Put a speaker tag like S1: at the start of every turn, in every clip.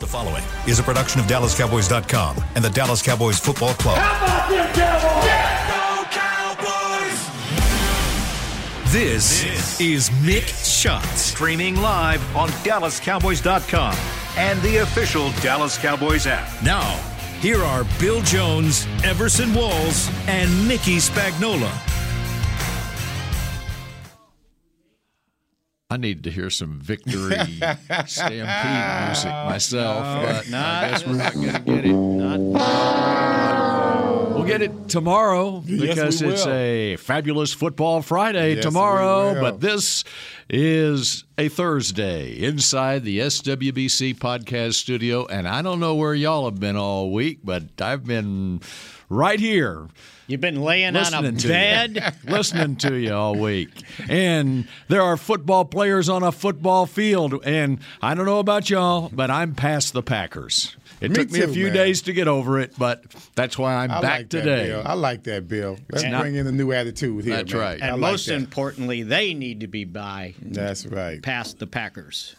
S1: following is a production of DallasCowboys.com and the Dallas Cowboys Football Club.
S2: How about them Cowboys?
S3: This, is Mick Shots.
S4: Streaming live on DallasCowboys.com and the official Dallas Cowboys app.
S3: Now, here are Bill Jones, Everson Walls, and Mickey Spagnola.
S5: I need to hear some victory stampede music myself, but I guess we're not going to get it. we'll get it tomorrow because
S6: we
S5: it's
S6: will.
S5: a fabulous football Friday
S6: Yes, we
S5: tomorrow.
S6: will.
S5: But this is a Thursday inside the SWBC podcast studio, and I don't know where y'all have been all week, but I've been right here
S7: You've been laying on a
S5: listening to
S7: bed.
S5: you, listening to you all week. And there are football players on a football field, and I don't know about y'all, but I'm past the Packers. It
S6: Me
S5: took me a
S6: too,
S5: few
S6: man.
S5: days to get over it, but that's why I'm
S6: I
S5: back
S6: like
S5: today.
S6: That, Bill. I like that, Bill. Let's
S5: not-
S6: bring in a new attitude here.
S5: That's
S6: man.
S5: right.
S6: I
S5: And
S7: And
S6: like
S7: most
S6: that.
S7: importantly, they need to be by
S6: That's right.
S7: past the Packers.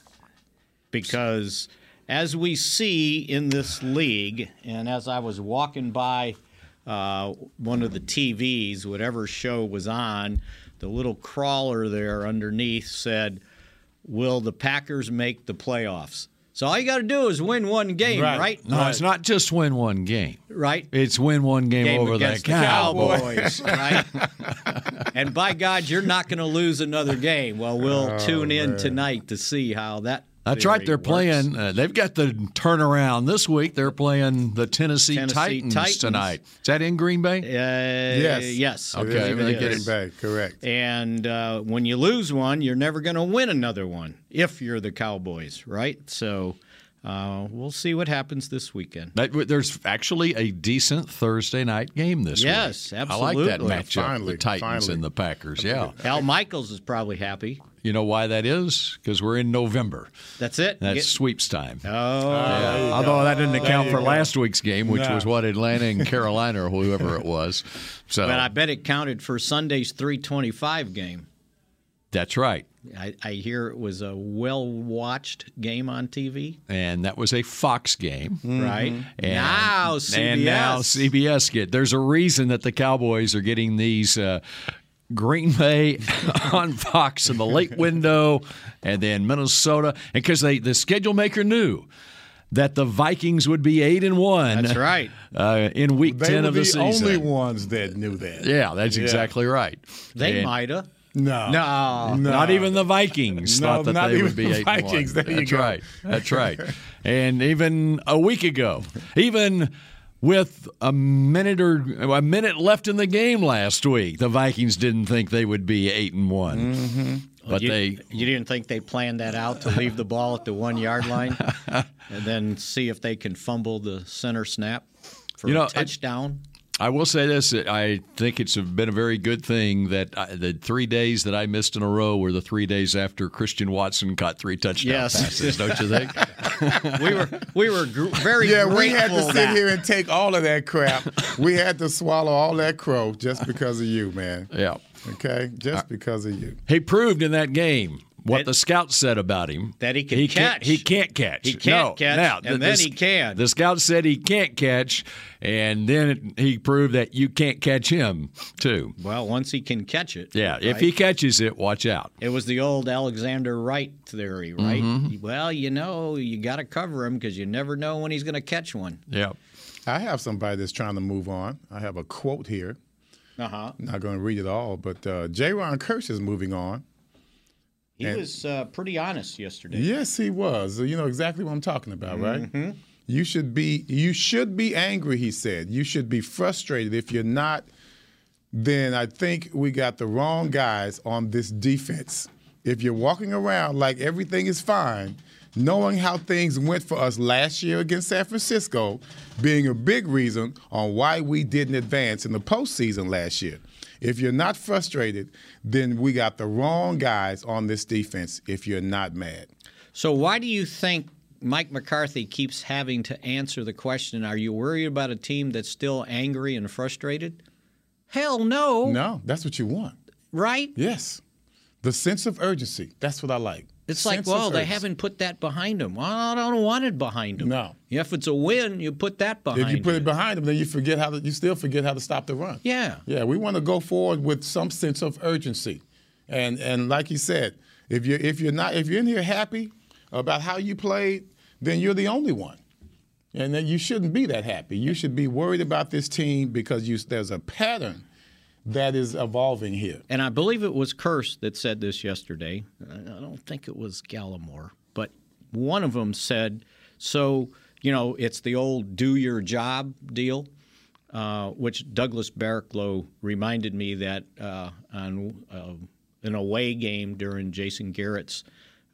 S7: Because as we see in this league, and as I was walking by uh, one of the TVs, whatever show was on, the little crawler there underneath said, Will the Packers make the playoffs? So all you got to do is win one game,
S6: Right.
S7: right?
S5: No, it's not just win one game.
S7: Right?
S5: It's win one game,
S7: game
S5: over the
S7: against the
S5: Cowboys.
S7: Cowboys, right? and by God, you're not going to lose another game. Well, we'll tune in tonight to see how that.
S5: Oh, That's
S7: theory
S5: right. They're
S7: works.
S5: playing. Uh, they've got the turnaround this week. They're playing the Tennessee,
S7: Tennessee
S5: Titans,
S7: Titans.
S5: tonight. Is that in Green Bay?
S7: Uh, yes. Yes.
S6: It is
S5: Okay,
S6: in the
S5: they get
S6: Green
S5: it.
S6: Bay, Correct.
S7: And uh, when you lose one, you're never going to win another one if you're the Cowboys, right? So uh, we'll see what happens this weekend.
S5: That, there's actually a decent Thursday night game this
S7: Yes,
S5: week. I like that
S7: absolutely.
S5: matchup.
S6: Finally,
S5: the Titans
S6: finally.
S5: and the Packers. Yeah.
S7: Al Michaels is probably happy.
S5: You know why that is? Because we're in November.
S7: That's it.
S5: That's
S7: Get-
S5: sweeps time.
S7: oh,
S5: Yeah. Although that didn't account for last week's game, which was what Atlanta and Carolina or whoever it was. So
S7: but I bet it counted for Sunday's 325 game.
S5: that's right.
S7: I, I hear it was a well watched game on TV,
S5: And that was a Fox game.
S7: right?
S5: Mm-hmm. And,
S7: Now CBS.
S5: and now CBS get. There's a reason that the Cowboys are getting these uh, Green Bay on Fox in the late window, and then Minnesota, and because they the schedule maker knew that the Vikings would be eight and one.
S7: That's right.
S5: Uh, in week
S6: They
S5: ten
S6: were
S5: of
S6: the,
S5: the, season.
S6: only ones that knew that.
S5: Yeah, that's exactly right.
S7: They
S5: And
S7: might have.
S6: No.
S7: No.
S6: Oh. No.
S5: Not even the Vikings
S6: No,
S5: thought that
S6: not
S5: they
S6: even
S5: would be
S6: the
S5: eight
S6: Vikings. There
S5: and one.
S6: you
S5: That's
S6: go.
S5: right. That's right. and even a week ago, even with a minute or a minute left in the game last week, the Vikings didn't think they would be eight and one,
S6: Mm-hmm.
S5: but
S7: you,
S5: they.
S7: you didn't think they planned that out to leave the ball at the one yard line and then see if they can fumble the center snap for
S5: You know,
S7: a
S5: it-
S7: touchdown?
S5: I will say this: that I think it's been a very good thing that I, the three days that I missed in a row were the three days after Christian Watson caught three touchdown
S7: Yes.
S5: passes. Don't you think?
S7: we were we were gr- very
S6: Yeah,
S7: grateful
S6: we had to sit
S7: that-
S6: here and take all of that crap. we had to swallow all that crow just because of you, man.
S5: yeah.
S6: Okay? Just because of you.
S5: He proved in that game what
S7: That-
S5: the scouts said about him
S7: That he can
S5: Can't,
S7: catch.
S5: he can't catch.
S7: He can't
S5: No,
S7: catch,
S5: now,
S7: and
S5: th-
S7: then
S5: this-
S7: he can.
S5: The scouts said he can't catch, and then it, he proved that you can't catch him too.
S7: Well, once he can catch it.
S5: Yeah, if
S7: right?
S5: he catches it, watch out.
S7: It was the old Alexander Wright theory, right?
S5: Mm-hmm.
S7: Well, you know, you got to cover him because you never know when he's going to catch one.
S5: Yeah,
S6: I have somebody that's trying to move on. I have a quote here.
S7: Uh huh.
S6: Not going to read it all, but uh, J. Ron Kirsch is moving on.
S7: He
S6: And-
S7: was uh, pretty honest yesterday.
S6: Yes, he was. You know exactly what I'm talking about, right? You should be you should be angry, he said. You should be frustrated. If you're not, then I think we got the wrong guys on this defense. If you're walking around like everything is fine, knowing how things went for us last year against San Francisco being a big reason on why we didn't advance in the postseason last year. If you're not frustrated, then we got the wrong guys on this defense if you're not mad.
S7: So, why do you think Mike McCarthy keeps having to answer the question Are you worried about a team that's still angry and frustrated? Hell no.
S6: No, that's what you want.
S7: Right?
S6: Yes. The sense of urgency. That's what I like.
S7: It's like,
S6: Sense of
S7: well, they
S6: urgency.
S7: haven't put that behind them. Well, I don't want it behind them.
S6: No.
S7: If it's a win, you put that behind
S6: If you put
S7: you.
S6: it behind them, then you forget how to, you still forget how to stop the run.
S7: Yeah.
S6: Yeah, we want to go forward with some sense of urgency, and and like you said, if you if you're not if you're in here happy about how you played, then you're the only one, and then you shouldn't be that happy. You should be worried about this team because you there's a pattern that is evolving here.
S7: and I believe it was Curse that said this yesterday. I I don't think it was Gallimore, but one of them said, so, you know, it's the old do your job deal, uh, which Douglas Barricklow reminded me that uh, on uh, an away game during Jason Garrett's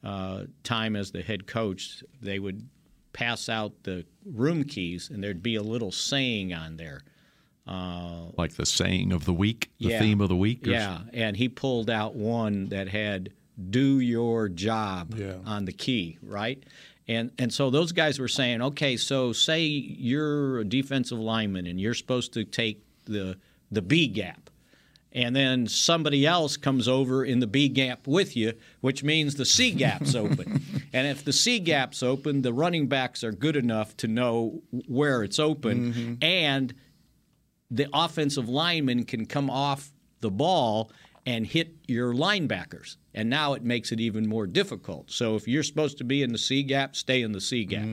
S7: uh, time as the head coach, they would pass out the room keys and there'd be a little saying on there.
S5: Like the saying of the week, the
S7: Yeah.
S5: theme of the week. or
S7: Yeah, and he pulled out one that had "Do your job" on the key, right? And and so those guys were saying, okay, so say you're a defensive lineman and you're supposed to take the the B gap, and then somebody else comes over in the B gap with you, which means the C gap's open. And if the C gap's open, the running backs are good enough to know where it's open,
S5: Mm-hmm.
S7: and the offensive lineman can come off the ball and hit your linebackers. And now it makes it even more difficult. So if you're supposed to be in the C gap, stay in the C gap.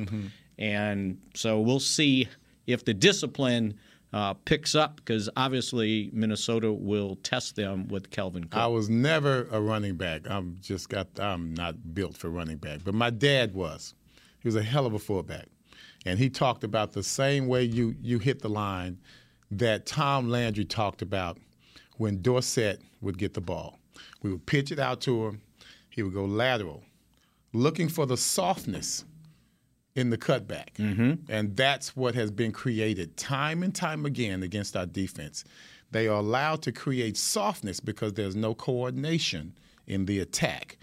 S7: And so we'll see if the discipline uh, picks up because obviously Minnesota will test them with Kelvin Cook.
S6: I was never a running back. I'm just got. I'm not built for running back. But my dad was. He was a hell of a fullback, and he talked about the same way you you hit the line that Tom Landry talked about when Dorsett would get the ball. We would pitch it out to him. He would go lateral, looking for the softness in the cutback. And that's what has been created time and time again against our defense. They are allowed to create softness because there's no coordination in the attack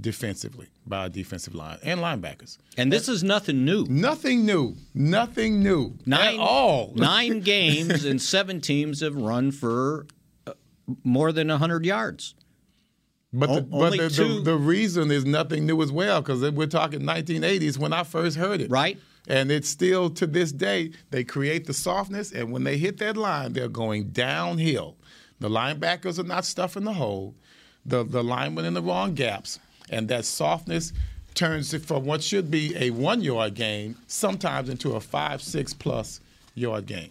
S6: defensively by our defensive line and linebackers.
S7: and this is nothing new.
S6: Nothing new. Nothing new. at all.
S7: nine games and seven teams have run for uh, more than 100 yards.
S6: But, the,
S7: O-
S6: but
S7: only
S6: the,
S7: two-
S6: the, the reason is nothing new as well, because we're talking 1980s when I first heard it.
S7: Right.
S6: And it's still to this day, they create the softness, and when they hit that line, they're going downhill. The linebackers are not stuffing the hole, the, the linemen in the wrong gaps, and that softness turns it from what should be a one yard game sometimes into a five, six plus yard game.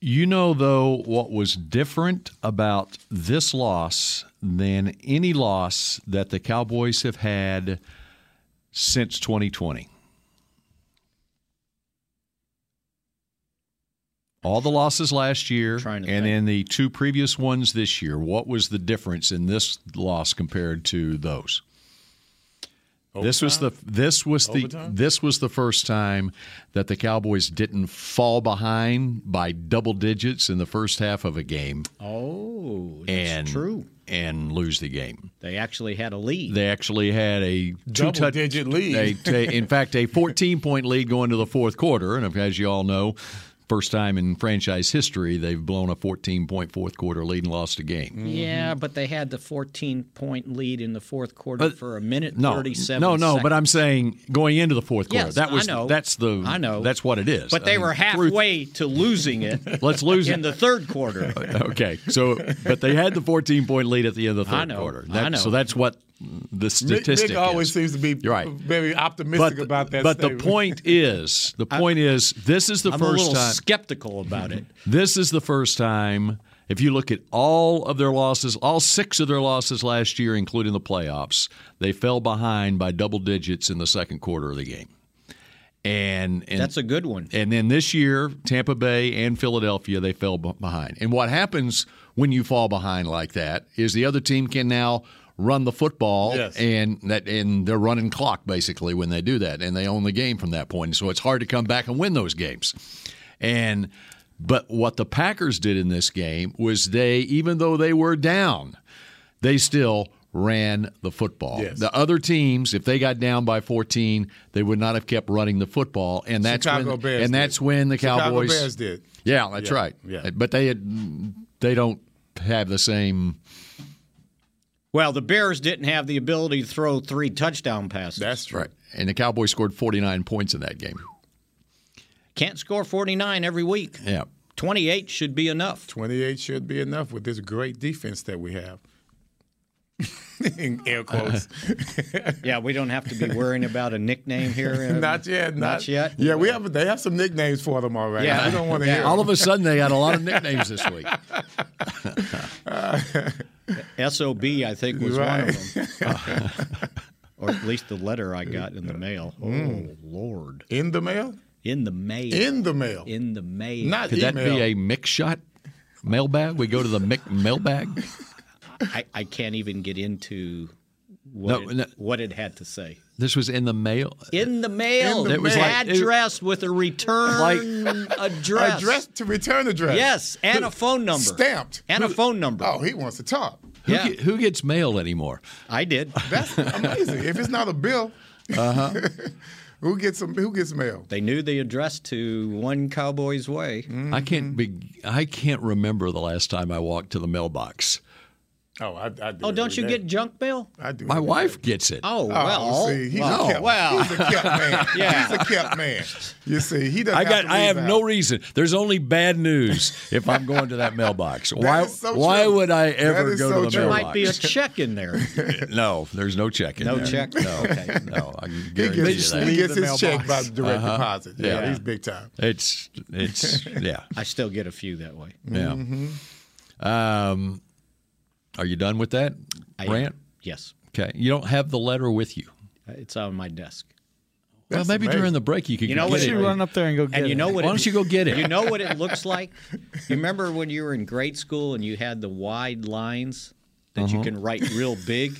S5: You know, though, what was different about this loss than any loss that the Cowboys have had since 2020? All the losses last year
S7: Trying
S5: and
S7: to think.
S5: then the two previous ones this year. What was the difference in this loss compared to those? This was the this was the this was the first time that the Cowboys didn't fall behind by double digits in the first half of a game
S7: Oh, that's
S5: and
S7: true.
S5: and lose the game.
S7: They actually had a lead.
S5: They actually had a two touch-
S6: Double-digit lead.
S5: a- t- in fact, a 14 point lead going to the fourth quarter, and as you all know, first time in franchise history they've blown a 14 point fourth quarter lead and lost a game.
S7: Yeah, but they had the 14 point lead in the fourth quarter
S5: But-
S7: for a minute
S5: No,
S7: 37
S5: no, no. But
S7: seconds.
S5: I'm saying going into the fourth quarter,
S7: Yes,
S5: that was
S7: I know.
S5: that's the
S7: I know.
S5: that's what it is.
S7: But
S5: I
S7: they
S5: mean,
S7: were
S5: through-
S7: halfway to losing it
S5: Let's lose
S7: in
S5: it.
S7: the third quarter.
S5: okay, so but they had the 14 point lead at the end of the third
S7: I know,
S5: quarter.
S7: I
S5: That-
S7: know.
S5: So that's what the
S6: Nick,
S5: statistic
S6: Nick always
S5: is.
S6: seems to be
S5: You're right.
S6: very optimistic
S5: but the-
S6: about that.
S5: but the
S6: statement.
S5: point is, the point is, this is the
S7: I'm a
S5: first
S7: little
S5: time.
S7: skeptical about it.
S5: This is the first time, if you look at all of their losses, all six of their losses last year, including the playoffs, they fell behind by double digits in the second quarter of the game. And, and
S7: That's a good one.
S5: and then this year, Tampa Bay and Philadelphia, they fell b- behind. And what happens when you fall behind like that is the other team can now run the football
S6: Yes.
S5: and that and they're running clock basically when they do that and they own the game from that point. So it's hard to come back and win those games. And but what the Packers did in this game was they even though they were down, they still ran the football.
S6: Yes.
S5: The other teams, if they got down by 14, they would not have kept running the football and that's
S6: Chicago
S5: when,
S6: Bears
S5: and
S6: did.
S5: that's when the
S6: Chicago
S5: Cowboys.
S6: Bears did.
S5: Yeah, that's
S6: Yeah,
S5: right. Uh,
S6: yeah.
S5: But they had, they don't have the same
S7: Well, the Bears didn't have the ability to throw three touchdown passes.
S6: That's true.
S5: Right. And the Cowboys scored 49 points in that game.
S7: Can't score 49 every week.
S5: Yeah.
S7: 28 should be enough.
S6: 28 should be enough with this great defense that we have. In air
S7: Uh-huh.
S6: quotes.
S7: Yeah, we don't have to be worrying about a nickname here.
S6: not yet. Not,
S7: Not yet.
S6: Yeah, we have. They have some nicknames for them already.
S7: Yeah.
S6: We don't want to
S7: Yeah.
S6: hear.
S5: All of a sudden, they had a lot of nicknames this week.
S7: SOB, I think, was one
S6: Right.
S7: of them. or at least the letter I got in the mail. Oh, Lord.
S6: in the mail.
S7: In the mail.
S6: Mm. In the mail.
S7: In the mail.
S6: not
S5: Could that
S6: email.
S5: be a mix shot mailbag? We go to the mick mailbag?
S7: I, I can't even get into what,
S5: No,
S7: it,
S5: no.
S7: what it had to say.
S5: This was in the mail.
S7: In the mail.
S5: the It was mail. like-
S7: address with a return address.
S6: address to return address.
S7: Yes, and a phone number.
S6: Stamped.
S7: And a phone number.
S6: Oh, he wants to talk.
S5: Who,
S7: yeah,
S5: ge- who gets mail anymore?
S7: I did.
S6: That's amazing. if it's not a bill,
S7: Uh-huh.
S6: who gets some? Who gets mail?
S7: They knew the address to One Cowboy's Way.
S6: Mm.
S5: I can't be. I can't remember the last time I walked to the mailbox.
S6: Oh, I, I do
S7: Oh,
S6: it
S7: don't
S6: every
S7: you
S6: day.
S7: get junk mail?
S6: I do.
S5: My
S6: it every
S5: wife gets it.
S7: Oh,
S6: Oh,
S7: well.
S6: see, he's
S7: well,
S6: a kept,
S7: well.
S6: he's a kept man.
S7: Yeah.
S6: He's a kept man. You see, he doesn't.
S5: I got.
S6: Have to
S5: I have
S6: leave
S5: no
S6: out.
S5: reason. There's only bad news if I'm going to that mailbox. why?
S6: is so
S5: why
S6: true.
S5: would I
S6: That
S5: ever
S6: is
S5: go
S6: so
S5: to the
S6: true.
S7: there
S5: mailbox?
S7: might be a check in there.
S5: no, there's no check in
S7: No
S5: there.
S7: check?
S5: No,
S7: Okay.
S5: no. I can
S6: He
S5: guarantee
S6: gets,
S5: you
S6: he
S5: that.
S6: gets his check by direct
S7: Uh-huh.
S6: deposit. Yeah,
S5: Yeah.
S6: he's big time.
S5: It's. It's. Yeah.
S7: I still get a few that way.
S5: Yeah.
S6: Mm-hmm.
S5: Um, are you done with that
S7: I-
S5: rant?
S7: Yes. Uh,
S5: Okay. You don't have the letter with you.
S7: It's on my desk.
S5: well, maybe
S6: amazing.
S5: during the break you could
S7: You know
S5: get
S7: what
S5: it.
S7: it-
S2: You run up there and go get
S7: And you know
S2: it.
S7: what?
S5: Why
S7: it-
S5: don't you go get it?
S7: You know what it looks like. You remember when you were in grade school and you had the wide lines that
S5: Uh-huh.
S7: you can write real big.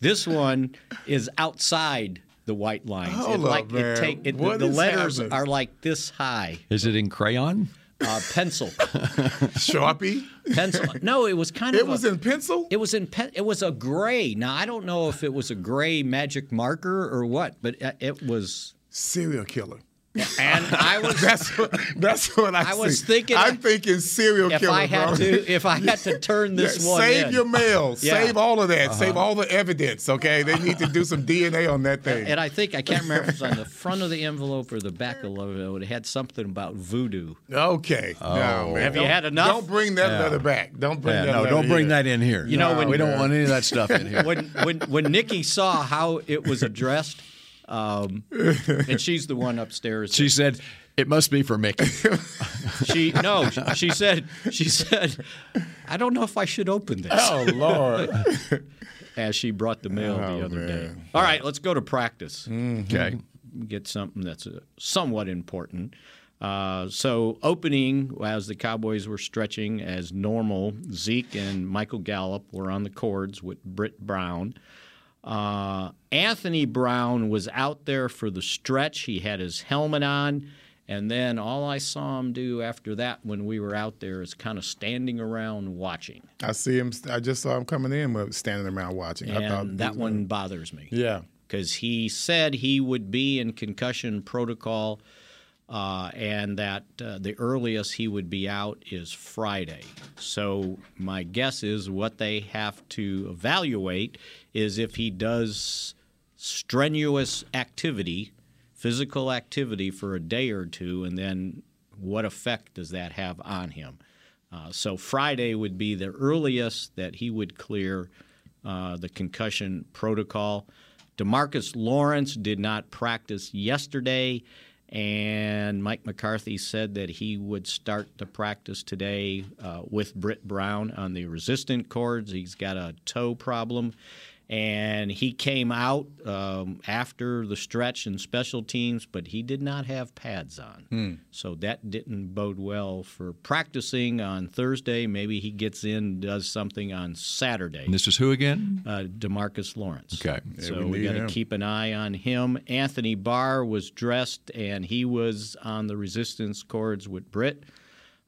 S7: this one is outside the white lines.
S6: Hold
S7: it, like
S6: up,
S7: It
S6: man.
S7: take, it,
S6: What
S7: the
S6: is
S7: letters
S6: happening?
S7: are like this high.
S5: Is it in crayon?
S7: Uh, pencil,
S6: Sharpie.
S7: pencil. No, it was kind
S6: It
S7: of.
S6: was
S7: a,
S6: in pencil.
S7: It was in pe- it was a gray. Now I don't know if it was a gray magic marker or what, but uh, it was.
S6: Serial killer.
S7: And I was
S6: That's what, that's what I.
S7: I was
S6: see.
S7: thinking-
S6: I'm thinking serial
S7: if
S6: killer.
S7: I had
S6: bro.
S7: to if I had to turn this
S6: Yeah,
S7: one
S6: save
S7: in.
S6: your mail.
S7: Yeah. Uh-huh.
S6: Save all of that. Save all the evidence. Okay, they need to do some DNA on that thing.
S7: and I think I can't remember if it's on the front of the envelope or the back of the envelope. It had something about voodoo.
S6: okay. No, man.
S7: Oh. Have you
S6: Don't-
S7: had enough?
S6: Don't bring that letter back. Don't bring that.
S5: no,
S6: letter
S5: don't bring
S6: here.
S5: that in here.
S7: You know,
S5: No,
S7: when-
S5: we don't want any of that stuff in here.
S7: When when when Nikki saw how it was addressed, um, and she's the one upstairs.
S5: She said, "It must be for Mickey."
S7: she no, she said she said, I don't know if I should open this.
S6: Oh Lord.
S7: As she brought the mail the other day.
S6: Oh, man.
S7: All right, let's go to practice.
S5: okay.
S7: get something that's uh, somewhat important. Uh, so, opening as the Cowboys were stretching as normal, Zeke and Michael Gallup were on the cords with Britt Brown. Uh, Anthony Brown was out there for the stretch. He had his helmet on. And then all I saw him do after that when we were out there is kind of standing around watching.
S6: I see him. I just saw him coming in, but standing around watching. I
S7: And
S6: thought
S7: that one bothers me.
S6: Yeah.
S7: because he said he would be in concussion protocol uh, and that uh, the earliest he would be out is Friday. So, my guess is what they have to evaluate is if he does strenuous activity, physical activity for a day or two, and then what effect does that have on him? Uh, so, Friday would be the earliest that he would clear uh, the concussion protocol. Demarcus Lawrence did not practice yesterday, and Mike McCarthy said that he would start the practice today uh, with Britt Brown on the resistant cords. He's got a toe problem, and he came out um, after the stretch and special teams, but he did not have pads on. So that didn't bode well for practicing on Thursday. Maybe he gets in, does something on Saturday.
S5: And this is who again?
S7: Uh, Demarcus Lawrence.
S5: Okay.
S7: So we, got to keep an eye on him. Anthony Barr was dressed, and he was on the resistance cords with Britt.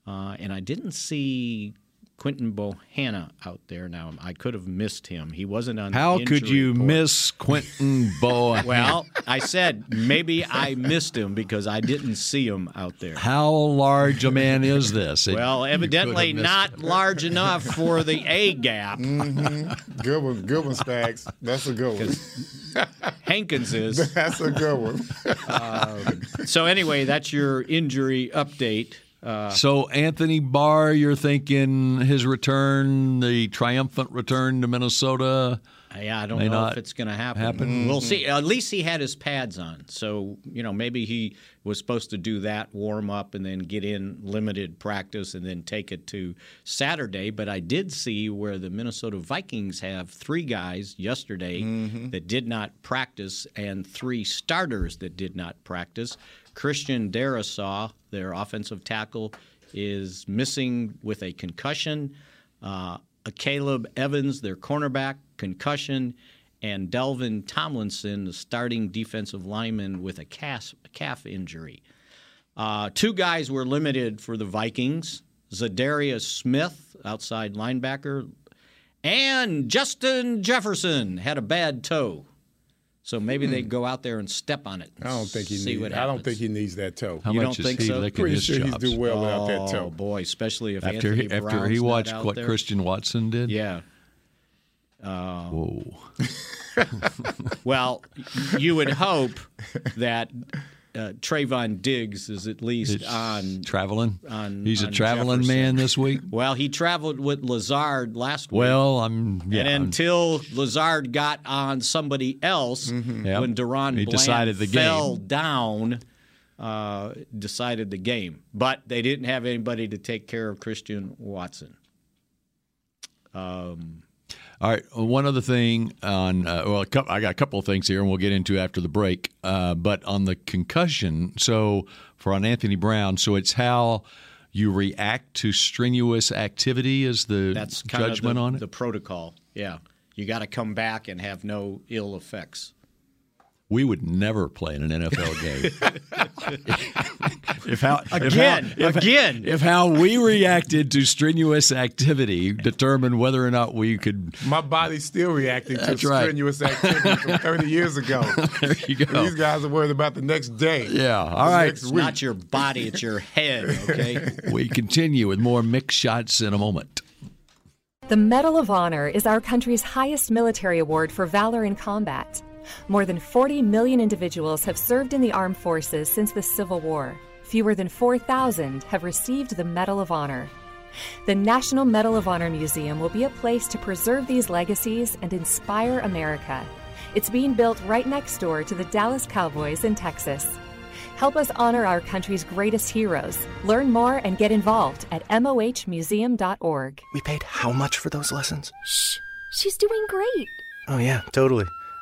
S7: Uh, and I didn't see Quentin Bohanna out there now. I could have missed him. He wasn't on. the
S5: How could
S7: injury
S5: you
S7: report.
S5: miss Quentin Boa?
S7: Well, I said maybe I missed him because I didn't see him out there.
S5: how large a man is this? It-
S7: Well,
S5: you could
S7: evidently
S5: have missed
S7: not
S5: it.
S7: large enough for the A gap.
S6: Good one, good one, Spags. That's a good one.
S7: Hankins is.
S6: That's a good one.
S7: So anyway, that's your injury update. Uh,
S5: So Anthony Barr, you're thinking his return, the triumphant return to Minnesota.
S7: yeah, I don't
S5: May
S7: know
S5: not
S7: if it's going to happen.
S5: happen.
S7: We'll see. At least he had his pads on, so you know maybe he was supposed to do that warm up and then get in limited practice and then take it to Saturday. But I did see where the Minnesota Vikings have three guys yesterday that did not practice and three starters that did not practice. Christian Darasaw, their offensive tackle, is missing with a concussion. Uh, Caleb Evans, their cornerback, concussion, and Delvin Tomlinson, the starting defensive lineman, with a calf, calf injury. Uh, two guys were limited for the Vikings Zadarius Smith, outside linebacker, and Justin Jefferson had a bad toe. So maybe they go out there and step on it.
S6: Hmm. I don't think he
S7: see
S6: needs.
S7: what
S6: I don't
S7: happens.
S6: think he needs that toe.
S5: How
S7: You
S5: much
S7: don't
S5: is
S7: think
S5: he
S7: so?
S5: licking
S6: Pretty
S5: his
S6: sure he's
S5: chops?
S6: doing well without that
S7: Oh
S6: toe.
S7: boy, especially if
S5: after
S7: Anthony
S5: he, after
S7: Brown's
S5: he
S7: not
S5: watched
S7: out
S5: what
S7: there.
S5: Christian Watson did.
S7: Yeah.
S5: Whoa.
S7: Well, you would hope that uh, Trayvon Diggs is at least on.
S5: traveling.
S7: on-
S5: He's a
S7: on
S5: traveling
S7: Jefferson.
S5: man this week.
S7: Well, he traveled with Lazard last week.
S5: Well, I'm yeah.
S7: and
S5: I'm-
S7: until Lazard got on somebody else,
S5: Yep.
S7: when Duran
S5: He
S7: Bland
S5: decided the game.
S7: fell down, uh, decided the game. But they didn't have anybody to take care of Christian Watson.
S5: All right. One other thing on uh, well, a couple, I got a couple of things here, and we'll get into after the break. Uh, but on the concussion, so for on Anthony Brown, so it's how you react to strenuous activity is the
S7: That's kind
S5: judgment
S7: of the,
S5: on it.
S7: the protocol. Yeah, you got to come back and have no ill effects.
S5: we would never play in an NFL game. if how
S7: Again,
S5: if how, if,
S7: again.
S5: if how we reacted to strenuous activity determined whether or not we could.
S6: My body's still reacting to
S5: That's right.
S6: strenuous activity from 30 years ago.
S5: There you go.
S6: These guys are worried about the next day.
S5: Yeah. All
S6: The
S5: right.
S6: next
S7: It's
S6: week.
S7: not your body, it's your head, okay?
S5: We continue with more mixed shots in a moment.
S2: The Medal of Honor is our country's highest military award for valor in combat. More than 40 million individuals have served in the armed forces since the Civil War. Fewer than 4,000 have received the Medal of Honor. The National Medal of Honor Museum will be a place to preserve these legacies and inspire America. It's being built right next door to the Dallas Cowboys in Texas. Help us honor our country's greatest heroes. Learn more and get involved at mohmuseum.org.
S8: We paid how much for those lessons?
S9: She's doing great.
S8: Oh, yeah, totally.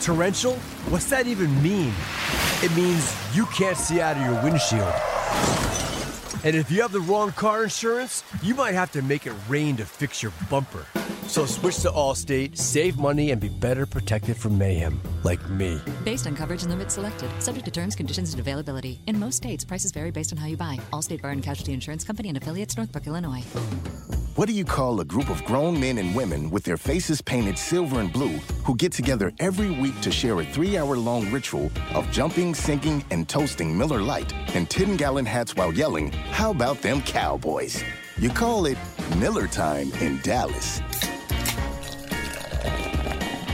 S10: Torrential? What's that even mean? It means you can't see out of your windshield. And if you have the wrong car insurance, you might have to make it rain to fix your bumper. So switch to Allstate, save money, and be better protected from mayhem, like me.
S11: Based on coverage and limits selected, subject to terms, conditions, and availability. In most states, prices vary based on how you buy. Allstate Bar and Casualty Insurance Company and affiliates, Northbrook, Illinois.
S10: What do you call a group of grown men and women with their faces painted silver and blue who get together every week to share a three hour long ritual of jumping, sinking, and toasting Miller Lite and 10 gallon hats while yelling, How about them cowboys? You call it Miller Time in Dallas.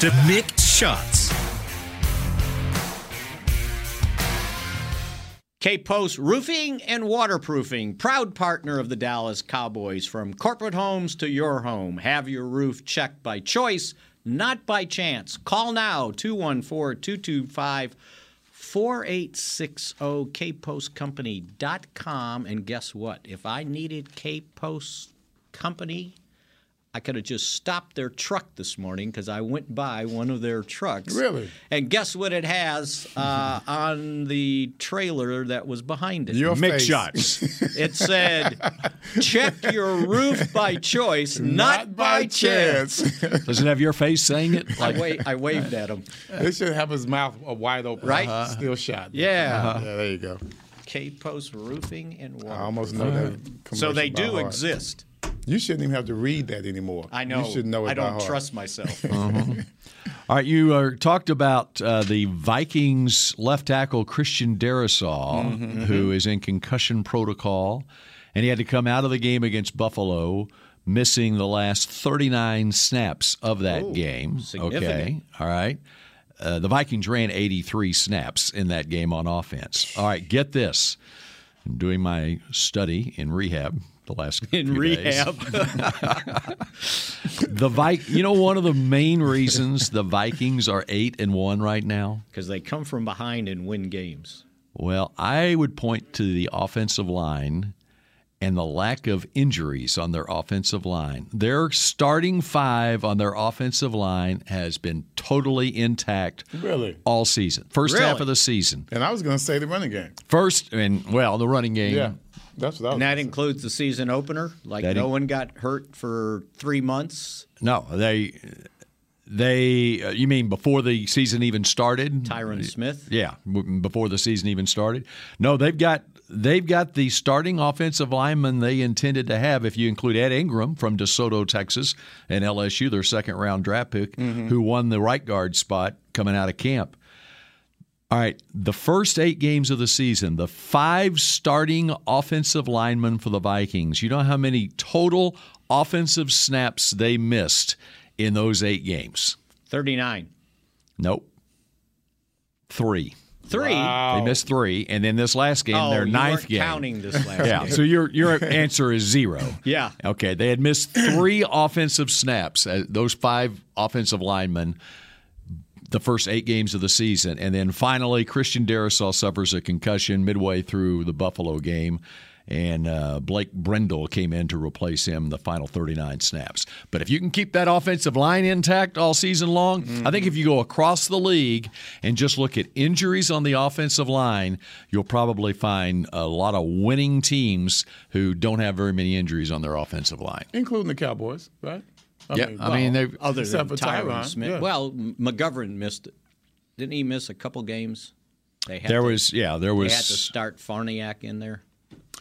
S3: to mixed shots.
S7: K Post Roofing and Waterproofing, proud partner of the Dallas Cowboys. From corporate homes to your home, have your roof checked by choice, not by chance. Call now 214 225 4860 kpostcompany.com. And guess what? If I needed K Post Company, I could have just stopped their truck this morning because I went by one of their trucks.
S6: Really?
S7: And guess what it has uh, on the trailer that was behind it?
S6: Your
S7: Mix
S6: face.
S7: shots. it said, check your roof by choice, not, by, chance.
S5: Does it have your face saying it?
S7: I, wa- I waved at him.
S6: This should have his mouth uh, wide open,
S7: Right?
S6: Still shot.
S7: Yeah.
S6: yeah. There you go.
S7: K Post Roofing and Water.
S6: I almost know that.
S7: Uh-huh. So they
S6: commercial
S7: do
S6: by heart.
S7: exist.
S6: You shouldn't even have to read that anymore.
S7: I know.
S6: You should know it
S7: I
S6: by
S7: don't
S6: heart.
S7: trust myself.
S5: All right, you uh, talked about uh, the Vikings left tackle Christian Darisaw,
S7: Mm-hmm,
S3: Mhm.
S5: who is in concussion protocol, and he had to come out of the game against Buffalo, missing the last 39 snaps of that game. Okay,
S3: significant.
S5: all right. Uh, the Vikings ran 83 snaps in that game on offense. All right, get this. I'm doing my study in rehab the last
S7: In
S5: few days.
S7: rehab.
S5: the Vik, you know, one of the main reasons the Vikings are eight and one right now.
S7: Because they come from behind and win games.
S5: Well, I would point to the offensive line and the lack of injuries on their offensive line. Their starting five on their offensive line has been totally intact
S6: Really?
S5: all season. First half
S6: Really?
S5: of the season.
S6: And I was going to say the running game.
S5: First and well, the running game.
S6: Yeah. That's what I was.
S7: And that includes the season opener. Like
S5: That
S7: no
S5: in-
S7: one got hurt for three months.
S5: No, they they uh, you mean before the season even started?
S7: Tyron Smith.
S5: Yeah, w- before the season even started. No, they've got they've got the starting offensive lineman they intended to have if you include Ed Ingram from DeSoto, Texas, and LSU, their second round draft pick, who won the right guard spot coming out of camp. All right, the first eight games of the season, the five starting offensive linemen for the Vikings, you know how many total offensive snaps they missed in those eight games?
S7: 39.
S5: Nope. Three.
S7: Three?
S5: They missed three. And then this last game,
S7: Oh,
S5: their
S7: you
S5: ninth
S7: weren't
S5: game.
S7: counting this last
S5: yeah,
S7: game.
S5: so your, your answer is zero.
S7: Yeah.
S5: Okay, they had missed three offensive snaps, uh, those five offensive linemen, the first eight games of the season. And then finally, Christian Darisaw suffers a concussion midway through the Buffalo game. And uh, Blake Brendel came in to replace him the final 39 snaps. But if you can keep that offensive line intact all season long, I think if you go across the league and just look at injuries on the offensive line, you'll probably find a lot of winning teams who don't have very many injuries on their offensive line.
S6: Including the Cowboys, right?
S5: Yeah, I mean, they've-
S7: Other
S6: except
S7: than
S6: for
S7: Tyron
S6: Tyron,
S7: Smith.
S6: yeah.
S7: Well, M- McGovern missed it. Didn't he miss a couple games? They
S5: There
S7: to-
S5: was- yeah, there
S7: They had to
S5: was-
S7: start Farniak in there.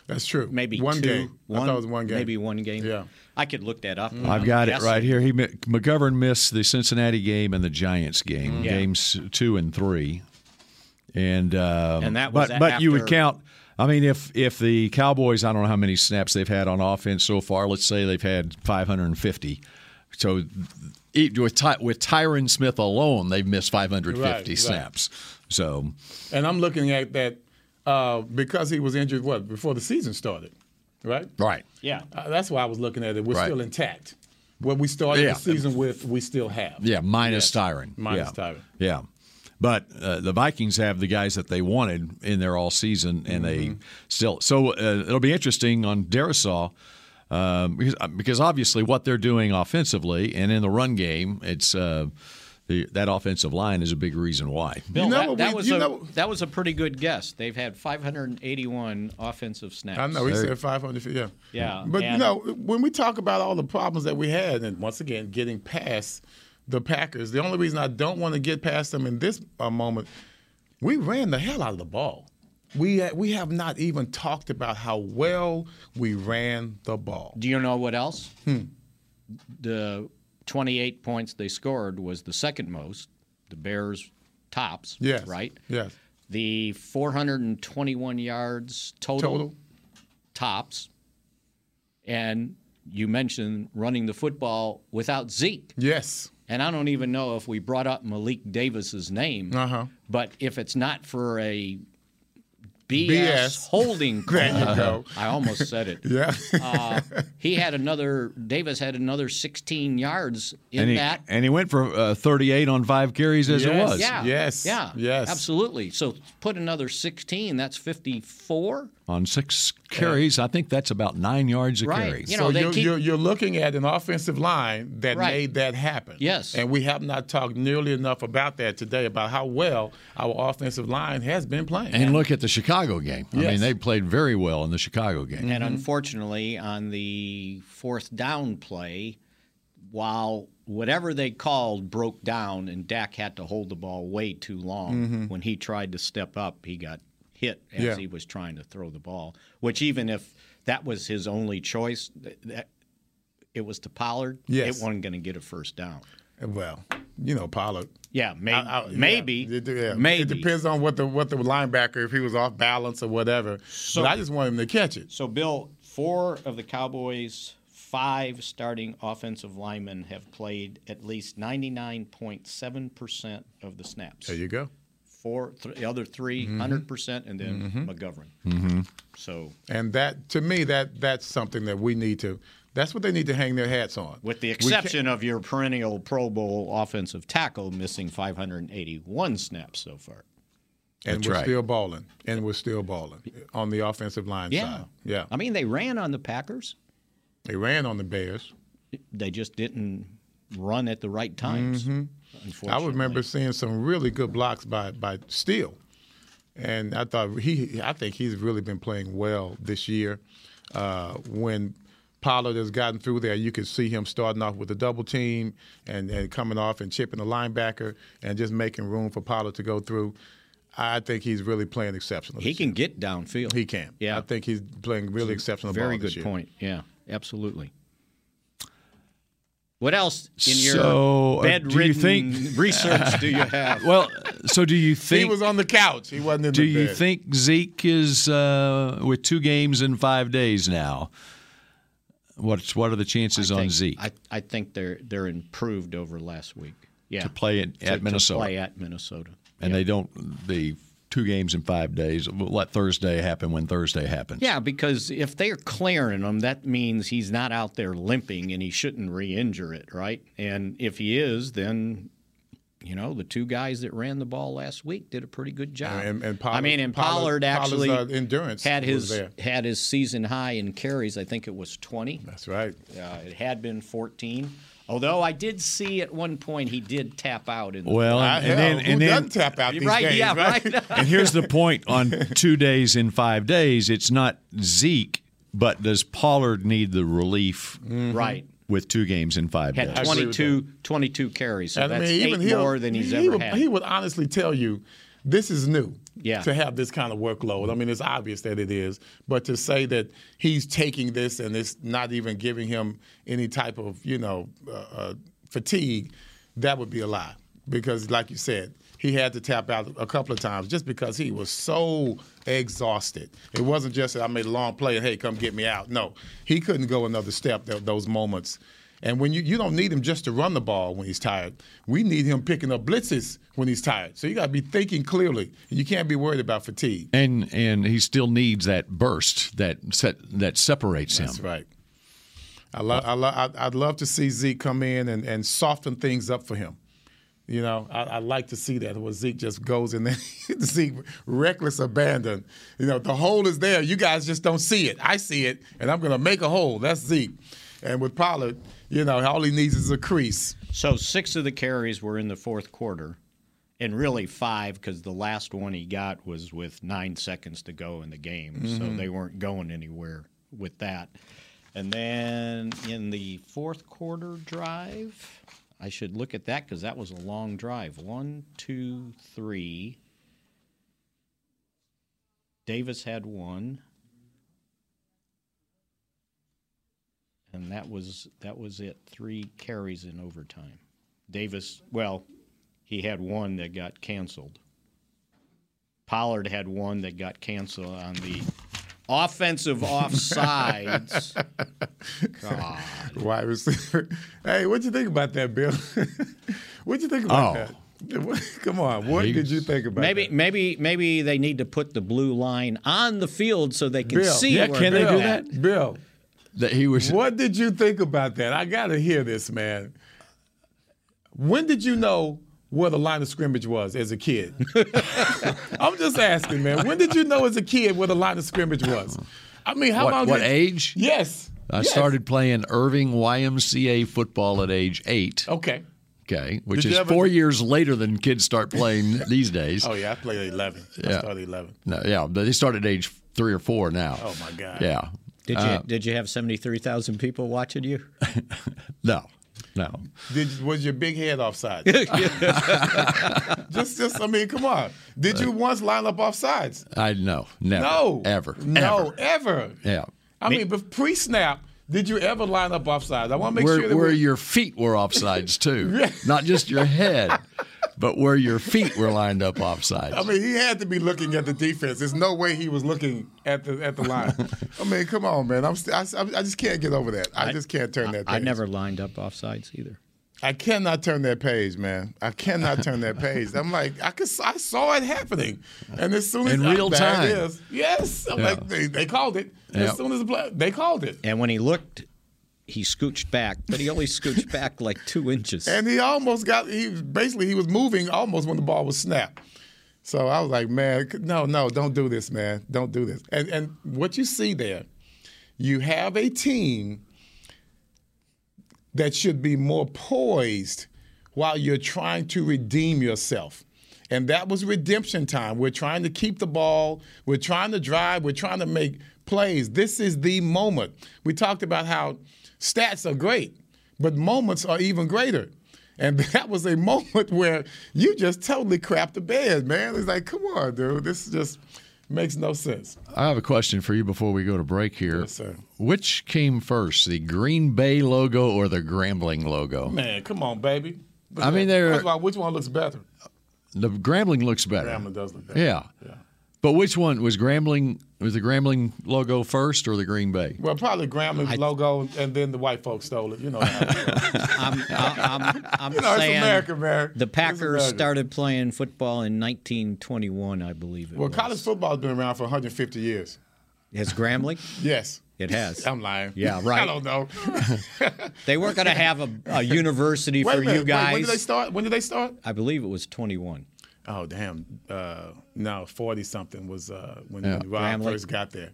S6: That's true.
S7: Maybe
S6: one
S7: two,
S6: game. I thought it was one game.
S7: Maybe one game.
S6: Yeah.
S7: I could look that up.
S5: I've
S7: I'm
S5: got it
S7: guessing.
S5: right here. He mi- McGovern missed the Cincinnati game and the Giants game,
S7: Mm. Yeah.
S5: games two and three, and um,
S7: And that was
S5: but but you would
S7: after-
S5: count. I mean, if if the Cowboys, I don't know how many snaps they've had on offense so far. Let's say they've had 550. So it- with Ty, with Tyron Smith alone, they've missed 550
S6: Right, right.
S5: snaps. So
S6: And I'm looking at that uh, because he was injured, what, before the season started, right?
S5: right.
S7: Yeah.
S6: Uh, that's why I was looking at it. We're
S5: Right.
S6: still intact. What we started
S5: Yeah.
S6: the season with, we still have.
S5: Yeah, minus Tyron.
S6: Minus
S5: yeah.
S6: Tyron.
S5: Yeah. But uh, the Vikings have the guys that they wanted in there all season, and
S6: Mm-hmm.
S5: they still. So uh, it'll be interesting on Darisaw um, because, because obviously what they're doing offensively and in the run game, it's uh, the, that offensive line is a big reason why.
S7: Bill, that, that was a, that was a pretty good guess. They've had 581 offensive snaps.
S6: I know he said 550. Yeah.
S7: Yeah,
S6: But you
S7: and-
S6: know, when we talk about all the problems that we had, and once again, getting past the Packers, the only reason I don't want to get past them in this uh, moment, we ran the hell out of the ball. We ha- we have not even talked about how well we ran the ball.
S7: Do you know what else?
S6: Hmm.
S7: The 28 points they scored was the second most. The Bears tops.
S6: Yes.
S7: Right.
S6: Yes.
S7: The 421 yards total,
S6: Total.
S7: tops. And you mentioned running the football without Zeke.
S6: Yes.
S7: And I don't even know if we brought up Malik Davis's name,
S6: Uh-huh.
S7: but if it's not for a BS,
S6: BS.
S7: holding call,
S6: There you go.
S7: I almost said it.
S6: Yeah.
S7: uh, he had another. Davis had another 16 yards in
S5: and, he,
S7: that.
S5: and he went for uh, 38 on five carries as it was.
S7: Yeah. Yeah. Absolutely. So put another 16. That's 54.
S5: On six carries, I think that's about nine yards a carry.
S6: so you're, you're, you're looking at an offensive line that
S7: Right.
S6: made that happen.
S7: Yes.
S6: And we have not talked nearly enough about that today, about how well our offensive line has been playing.
S5: and look at the Chicago game. I mean,
S7: Yes.
S5: they played very well in the Chicago game.
S7: And
S6: Mm-hmm.
S7: unfortunately, on the fourth down play, while whatever they called broke down and Dak had to hold the ball way too long,
S6: Mm-hmm.
S12: Mhm.
S7: when he tried to step up, he got hit as
S12: Yeah.
S7: he was trying to throw the ball, which even if that was his only choice, th- that it was to Pollard,
S6: Yes.
S7: it wasn't going to get a first down.
S6: Well, you know Pollard.
S7: Yeah, may-
S6: I- I- yeah.
S7: maybe.
S6: It, yeah.
S7: Maybe.
S6: It depends on what the what the linebacker if he was off balance or whatever. but I just want him to catch it.
S7: So, Bill, four of the Cowboys' five starting offensive linemen have played at least 99.7% of the snaps.
S6: There you go.
S7: Four, th- the other three,
S6: Mhm.
S7: 100%, and then
S6: Mm-hmm.
S7: McGovern. So,
S6: And that to me that that's something that we need to. That's what they need to hang their hats on.
S7: with the
S6: We can't-
S7: exception of your perennial Pro Bowl offensive tackle missing 581 snaps so far.
S6: and
S7: That's
S6: we're
S7: right.
S6: still balling, and we're still balling on the offensive line
S7: Yeah.
S6: side. Yeah,
S7: I mean, they ran on the Packers.
S6: They ran on the Bears.
S7: They just didn't run at the right times.
S6: Mhm. I
S7: Unfortunately.
S6: remember seeing some really good blocks by by Steele, and I thought he, I think he's really been playing well this year. Uh, when Pollard has gotten through there, you could see him starting off with a double team and, and coming off and chipping the linebacker and just making room for Pollard to go through. I think he's really playing exceptional.
S7: He can get downfield.
S6: He can. Yeah, I think he's playing really exceptional.
S7: Very
S6: ball this
S7: good
S6: year.
S7: point. Yeah, absolutely. What else in your
S5: So, uh,
S7: bedridden
S5: do you think
S7: research do you have?
S5: well, so do you think
S6: He was on the couch. He wasn't in
S5: Do
S6: the
S5: you
S6: bed.
S5: think Zeke is uh, with two games in five days now? What's what are the chances on Zeke
S7: I, I think they're they're improved over last week. Yeah,
S5: to play in,
S7: To-
S5: at
S7: to
S5: Minnesota?
S7: play at Minnesota.
S5: and they don't the two games in five days. We'll let Thursday happen when Thursday happens.
S7: Yeah, because if they're clearing him, that means he's not out there limping, and he shouldn't re-injure it, right? And if he is, then you know the two guys that ran the ball last week did a pretty good job.
S6: And, and
S7: I mean, and Pollard,
S6: Pollard's,
S7: actually
S6: Pollard's, uh, endurance
S7: had
S6: was
S7: his
S6: there.
S7: had his season high in carries. I think it was twenty.
S6: That's right.
S7: Uh, it had been fourteen. Although I did see at one point he did tap out. In the
S5: Well, and,
S7: fourth quarter.
S5: and then and then
S7: You're right, yeah, right.
S5: and here's the point: on two days in five days, it's not Zeke, but does Pollard need the relief?
S7: Right.
S5: With two games in five
S7: Had
S5: days,
S7: 22, 22 carries, so
S6: And
S7: that's eight
S6: he'll-
S7: more than he's
S6: he
S7: ever
S6: would,
S7: had.
S6: He would honestly tell you, this is new.
S7: Yeah.
S6: To have this kind of workload. I mean, it's obvious that it is, but to say that he's taking this and it's not even giving him any type of you know uh, uh, fatigue, that would be a lie. Because, like you said, he had to tap out a couple of times just because he was so exhausted. It wasn't just that I made a long play and hey, come get me out. No, he couldn't go another step th- those moments. And when you, you don't need him just to run the ball when he's tired. We need him picking up blitzes when he's tired. So you got to be thinking clearly. You can't be worried about fatigue.
S5: and and he still needs that burst that set that separates him.
S6: That's right. I love. I love. I'd, I'd love to see Zeke come in and, and soften things up for him. You know, I, I like to see that where Zeke just goes in there, Zeke reckless abandon. You know, the hole is there. You guys just don't see it. I see it, and I'm going to make a hole. That's Zeke. And with Pollard, you know, all he needs is a crease.
S7: So six of the carries were in the fourth quarter, and really five because the last one he got was with nine seconds to go in the game, so
S12: Mhm.
S7: they weren't going anywhere with that. And then in the fourth quarter drive, I should look at that because that was a long drive. One, two, three. Davis had one. and that was that was it. Three carries in overtime. Davis, well, he had one that got canceled. Pollard had one that got canceled on the offensive offsides. God.
S6: Wide receiver. Hey, what'd you think about that, Bill? what'd you think about
S7: Oh.
S6: that? What- Come on, what did you think about
S7: maybe maybe maybe they need to put the blue line on the field so they can see. where they're at.
S6: Bill, that he was. What did you think about that? I got to hear this, man. When did you know where the line of scrimmage was as a kid? I'm just asking, man. When did you know as a kid where the line of scrimmage was? I mean, how
S5: What-
S6: long?
S5: what
S6: did-
S5: age?
S6: Yes.
S5: I
S6: yes.
S5: started playing Irving YMCA football at age eight.
S6: Okay.
S5: Okay, which
S6: Oh. Did you
S5: is
S6: ever-
S5: four years later than kids start playing these days.
S6: Oh yeah, I played at 11. I
S5: Yeah.
S6: started at 11.
S5: No, yeah, but they start at age three or four now.
S6: Oh, my God.
S5: Yeah.
S7: Did you
S5: Uh,
S7: did you have seventy three thousand people watching you?
S5: No, no.
S6: Did was your big head offside? just, just I mean, come on. Did you once line up offsides?
S5: I no, never,
S6: No.
S5: ever,
S6: No,
S5: ever.
S6: ever.
S5: Yeah.
S6: I mean, but pre-snap, did you ever line up offsides? I want to make
S5: where
S6: sure that
S5: where
S6: we-
S5: your feet were offsides too, not just your head, but where your feet were lined up offsides.
S6: I mean, he had to be looking at the defense. There's no way he was looking at the at the line. I mean, come on, man. I'm st- I, I I just can't get over that. I, just can't turn that. Page.
S7: I never lined up offsides either.
S6: I cannot turn that page, man. I cannot turn that page. I'm like, I could, I saw it happening, and as soon as
S7: In real
S6: there
S7: time.
S6: it is. yes, I'm
S7: Yeah.
S6: like, they, they called it.
S7: Yeah.
S6: As soon as the play, they called it,
S7: And when he looked, he scooched back, but he only scooched back like two inches.
S6: and he almost got. He basically he was moving almost when the ball was snapped. So I was like, man, no, no, don't do this, man, don't do this. And and what you see there, you have a team that should be more poised while you're trying to redeem yourself. And that was redemption time. We're trying to keep the ball, we're trying to drive, we're trying to make plays. This is the moment. We talked about how stats are great, but moments are even greater. And that was a moment where you just totally crapped the bed, man. It's like, come on, dude. This just makes no sense.
S5: I have a question for you before we go to break here. Which came first, the Green Bay logo or the Grambling logo?
S6: Man, come on, baby.
S5: I mean, they're-
S6: First of all, which one looks better?
S5: The Grambling looks better.
S6: Grambling does look better.
S5: Yeah. But which one was Grambling? Was the Grambling logo first or the Green Bay?
S6: Well, probably Grambling logo, and then the white folks stole it. You know,
S7: I'm, I'm, I'm
S6: you know,
S7: saying
S6: it's America, man.
S7: the
S6: It's
S7: Packers
S6: America.
S7: started playing football in 1921, I believe it
S6: Well,
S7: was.
S6: college football's been around for 150 years.
S7: Has Grambling?
S6: Yes.
S7: It has.
S6: I'm lying.
S7: Yeah, right.
S6: I don't know.
S7: They weren't going to have a, a university
S6: Wait a
S7: for
S6: minute.
S7: you
S6: Wait,
S7: guys.
S6: when did they start? When did they start?
S7: I believe it was 21.
S6: Oh damn! Uh, no, 40 something was uh, when,
S7: Yeah.
S6: when Rob
S7: Grambling.
S6: first got there.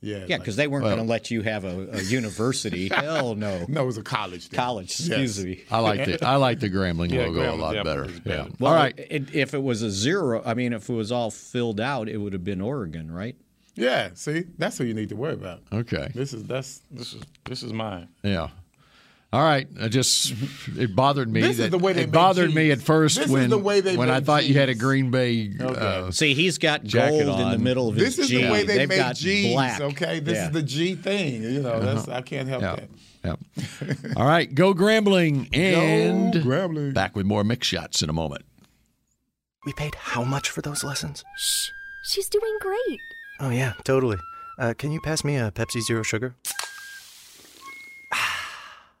S6: Yeah.
S7: Yeah,
S6: like-
S7: because they weren't going to let you have a, a university. Hell no.
S6: No, it was a college. Thing.
S7: College, excuse
S6: Yes.
S7: me.
S5: I like the I like the Grambling
S7: Yeah,
S5: logo
S7: Grambling
S5: a lot better.
S7: definitely is
S5: Yeah.
S7: Well,
S5: all right.
S7: It, if it was a zero, I mean, if it was all filled out, it would have been Oregon, right?
S6: Yeah. See, that's what you need to worry about.
S5: Okay.
S6: This is that's this is this is mine.
S5: Yeah. All right. I just it bothered me.
S6: This is
S5: that,
S6: the way they
S5: it
S6: make
S5: bothered me
S6: cheese.
S5: at first
S6: This is
S5: when
S6: the way they
S5: when I
S6: make
S5: thought you had a
S6: cheese.
S5: Green Bay. Uh,
S7: See, he's got
S5: jacket
S7: gold in the
S5: on.
S7: middle of
S6: This
S7: his
S6: is
S7: jeans.
S6: the way they
S7: They've
S6: make
S7: got
S6: G's.
S7: black.
S6: Okay, this
S5: Yeah.
S6: is the G thing. You know, that's
S5: Uh-huh.
S6: I can't help
S5: Yeah.
S6: that.
S5: Yeah. All right, go Grambling and
S6: Grambling.
S5: back with more mix shots in a moment.
S8: We paid how much for those lessons? Shh.
S9: She's doing great.
S8: Oh, yeah, totally. Uh, can you pass me a Pepsi Zero Sugar?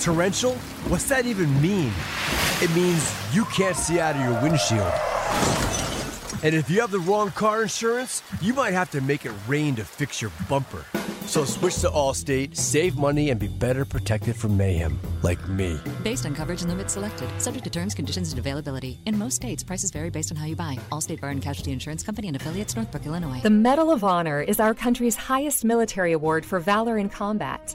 S10: Torrential? What's that even mean? It means you can't see out of your windshield. And if you have the wrong car insurance, you might have to make it rain to fix your bumper. So switch to Allstate, save money, and be better protected from mayhem, like me.
S11: Based on coverage and limits selected, subject to terms, conditions, and availability. In most states, prices vary based on how you buy. Allstate Bar and Casualty Insurance Company and affiliates, Northbrook, Illinois.
S2: The Medal of Honor is our country's highest military award for valor in combat.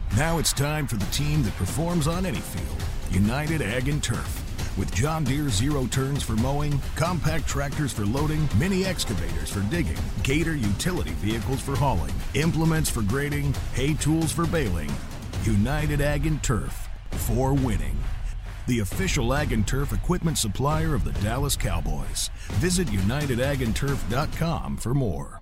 S13: Now it's time for the team that performs on any field United Ag and Turf. With John Deere zero turns for mowing, compact tractors for loading, mini excavators for digging, Gator utility vehicles for hauling, implements for grading, hay tools for baling, United Ag and Turf for winning. The official Ag and Turf equipment supplier of the Dallas Cowboys. Visit unitedagandturf.com for more.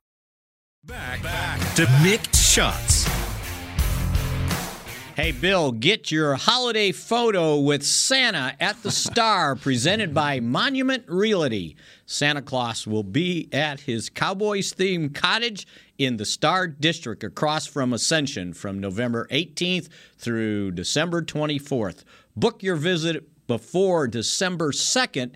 S3: Back, back to mixed shots.
S7: Hey, Bill, get your holiday photo with Santa at the Star, presented by Monument Realty. Santa Claus will be at his Cowboys themed cottage in the Star District across from Ascension from November 18th through December 24th. Book your visit before December 2nd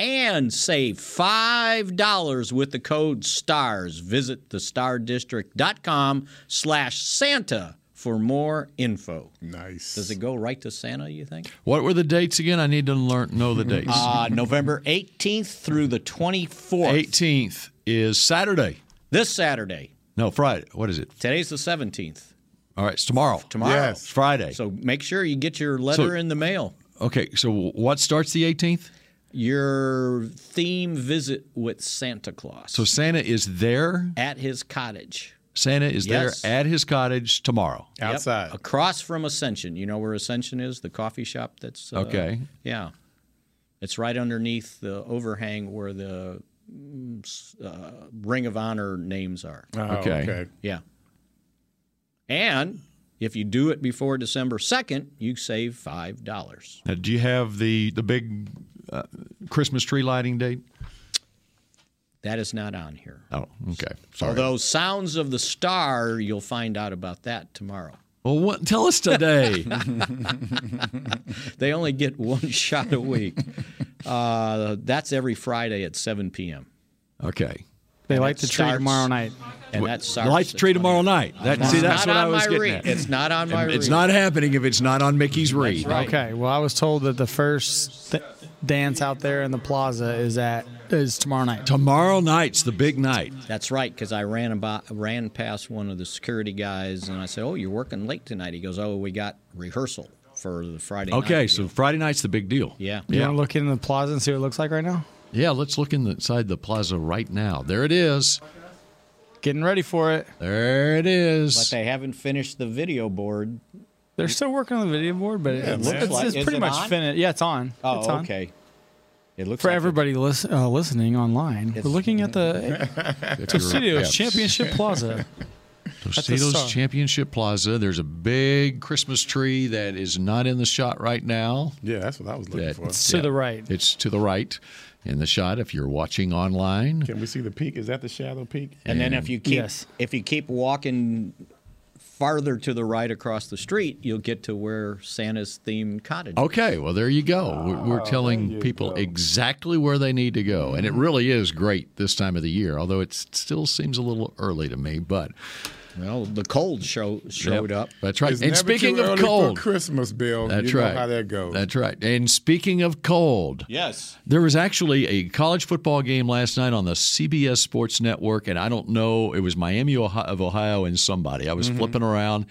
S7: and save $5 with the code STARS. Visit thestardistrict.com slash Santa for more info.
S6: Nice.
S7: Does it go right to Santa, you think?
S5: What were the dates again? I need to learn know the dates.
S7: Uh, November 18th through the 24th.
S5: 18th is Saturday.
S7: This Saturday.
S5: No, Friday. What is it?
S7: Today's the 17th.
S5: All right, it's tomorrow.
S7: Tomorrow.
S5: Yes. It's Friday.
S7: So make sure you get your letter
S5: So-
S7: in the mail.
S5: Okay, so what starts the 18th?
S7: Your theme visit with Santa Claus
S5: So Santa is there.
S7: at his cottage.
S5: Santa is
S7: Yes.
S5: there at his cottage tomorrow.
S7: Yep. Across from Ascension. You know where Ascension is? The coffee shop that's. Uh,
S5: Okay.
S7: Yeah. It's right underneath the overhang where the mm, s- uh, Ring of Honor names are.
S6: Oh,
S5: Okay. okay.
S7: Yeah. And if you do it before December 2nd, you save $5.
S5: Now, do you have the the big uh, Christmas tree lighting date?
S7: That is not on here.
S5: Oh, okay. Sorry.
S7: Although Sounds of the Star, you'll find out about that tomorrow.
S5: well, what, tell us today.
S7: they only get one shot a week. Uh, that's every Friday at 7 p.m.
S5: okay.
S14: They
S7: And
S14: light
S7: it
S14: the tree
S7: starts-
S14: tomorrow night.
S7: And that starts.
S5: Lights tree tomorrow night. That,
S7: It's
S5: see, that's
S7: not
S5: what I
S7: on
S5: was
S7: my
S5: getting
S7: read.
S5: at.
S7: It's not on my
S5: It's
S7: read.
S5: not happening if it's not on Mickey's read.
S14: Okay. Well, I was told that the first th- dance out there in the plaza is at is tomorrow night.
S5: Tomorrow night's the big night.
S7: That's right, because I ran about, ran past one of the security guys, and I said, "Oh, you're working late tonight." He goes, "Oh, we got rehearsal for the Friday." night."
S5: Okay, so Friday night's the big deal.
S7: Yeah.
S14: You
S5: Yeah.
S14: want to look into the plaza and see what it looks like right now?
S5: Yeah, let's look in the- inside the plaza right now. There it is.
S14: Getting ready for it.
S5: There it
S7: But
S5: is.
S7: they haven't finished the video board.
S14: They're still working on the video board, but
S7: Yeah, it
S14: it's,
S7: looks
S14: it's,
S7: like-
S14: it's
S7: is
S14: pretty
S7: it
S14: much
S7: on?
S14: finished. Yeah, it's on.
S7: Oh,
S14: It's on.
S7: okay. It looks
S14: For
S7: like
S14: everybody lis- uh, listening online, we're looking at the
S5: you're-
S14: Tuxedo
S5: yeah.
S14: Championship Plaza.
S5: Tostitos
S14: star.
S5: Championship Plaza. There's a big Christmas tree that is not in the shot right now.
S6: Yeah, that's what I was looking
S5: That-
S6: for.
S14: It's to the right.
S5: It's to the right in the shot if you're watching online.
S6: Can we see the peak? Is that the shadow peak?
S7: And then if you keep
S14: Yes.
S7: if you keep walking farther to the right across the street, you'll get to where Santa's themed cottage.
S14: Oh.
S7: is.
S5: Okay, well, there you go. We're-
S6: Oh,
S5: We're telling people exactly where they need to go.
S6: Mm-hmm.
S5: And it really is great this time of the year, although it still seems a little early to me. But
S7: Well, the cold show, showed up.
S5: That's right.
S6: It's
S5: and
S6: never
S5: speaking
S6: too
S5: of
S6: early
S5: cold,
S6: for Christmas, Bill.
S5: that's
S6: you
S5: right.
S6: Know how that goes.
S5: That's right. And speaking of cold,
S7: Yes.
S5: there was actually a college football game last night on the CBS Sports Network, and I don't know, it was Miami Ohio, of Ohio and somebody. I was
S3: Mhm.
S6: Mm-hmm.
S5: flipping around,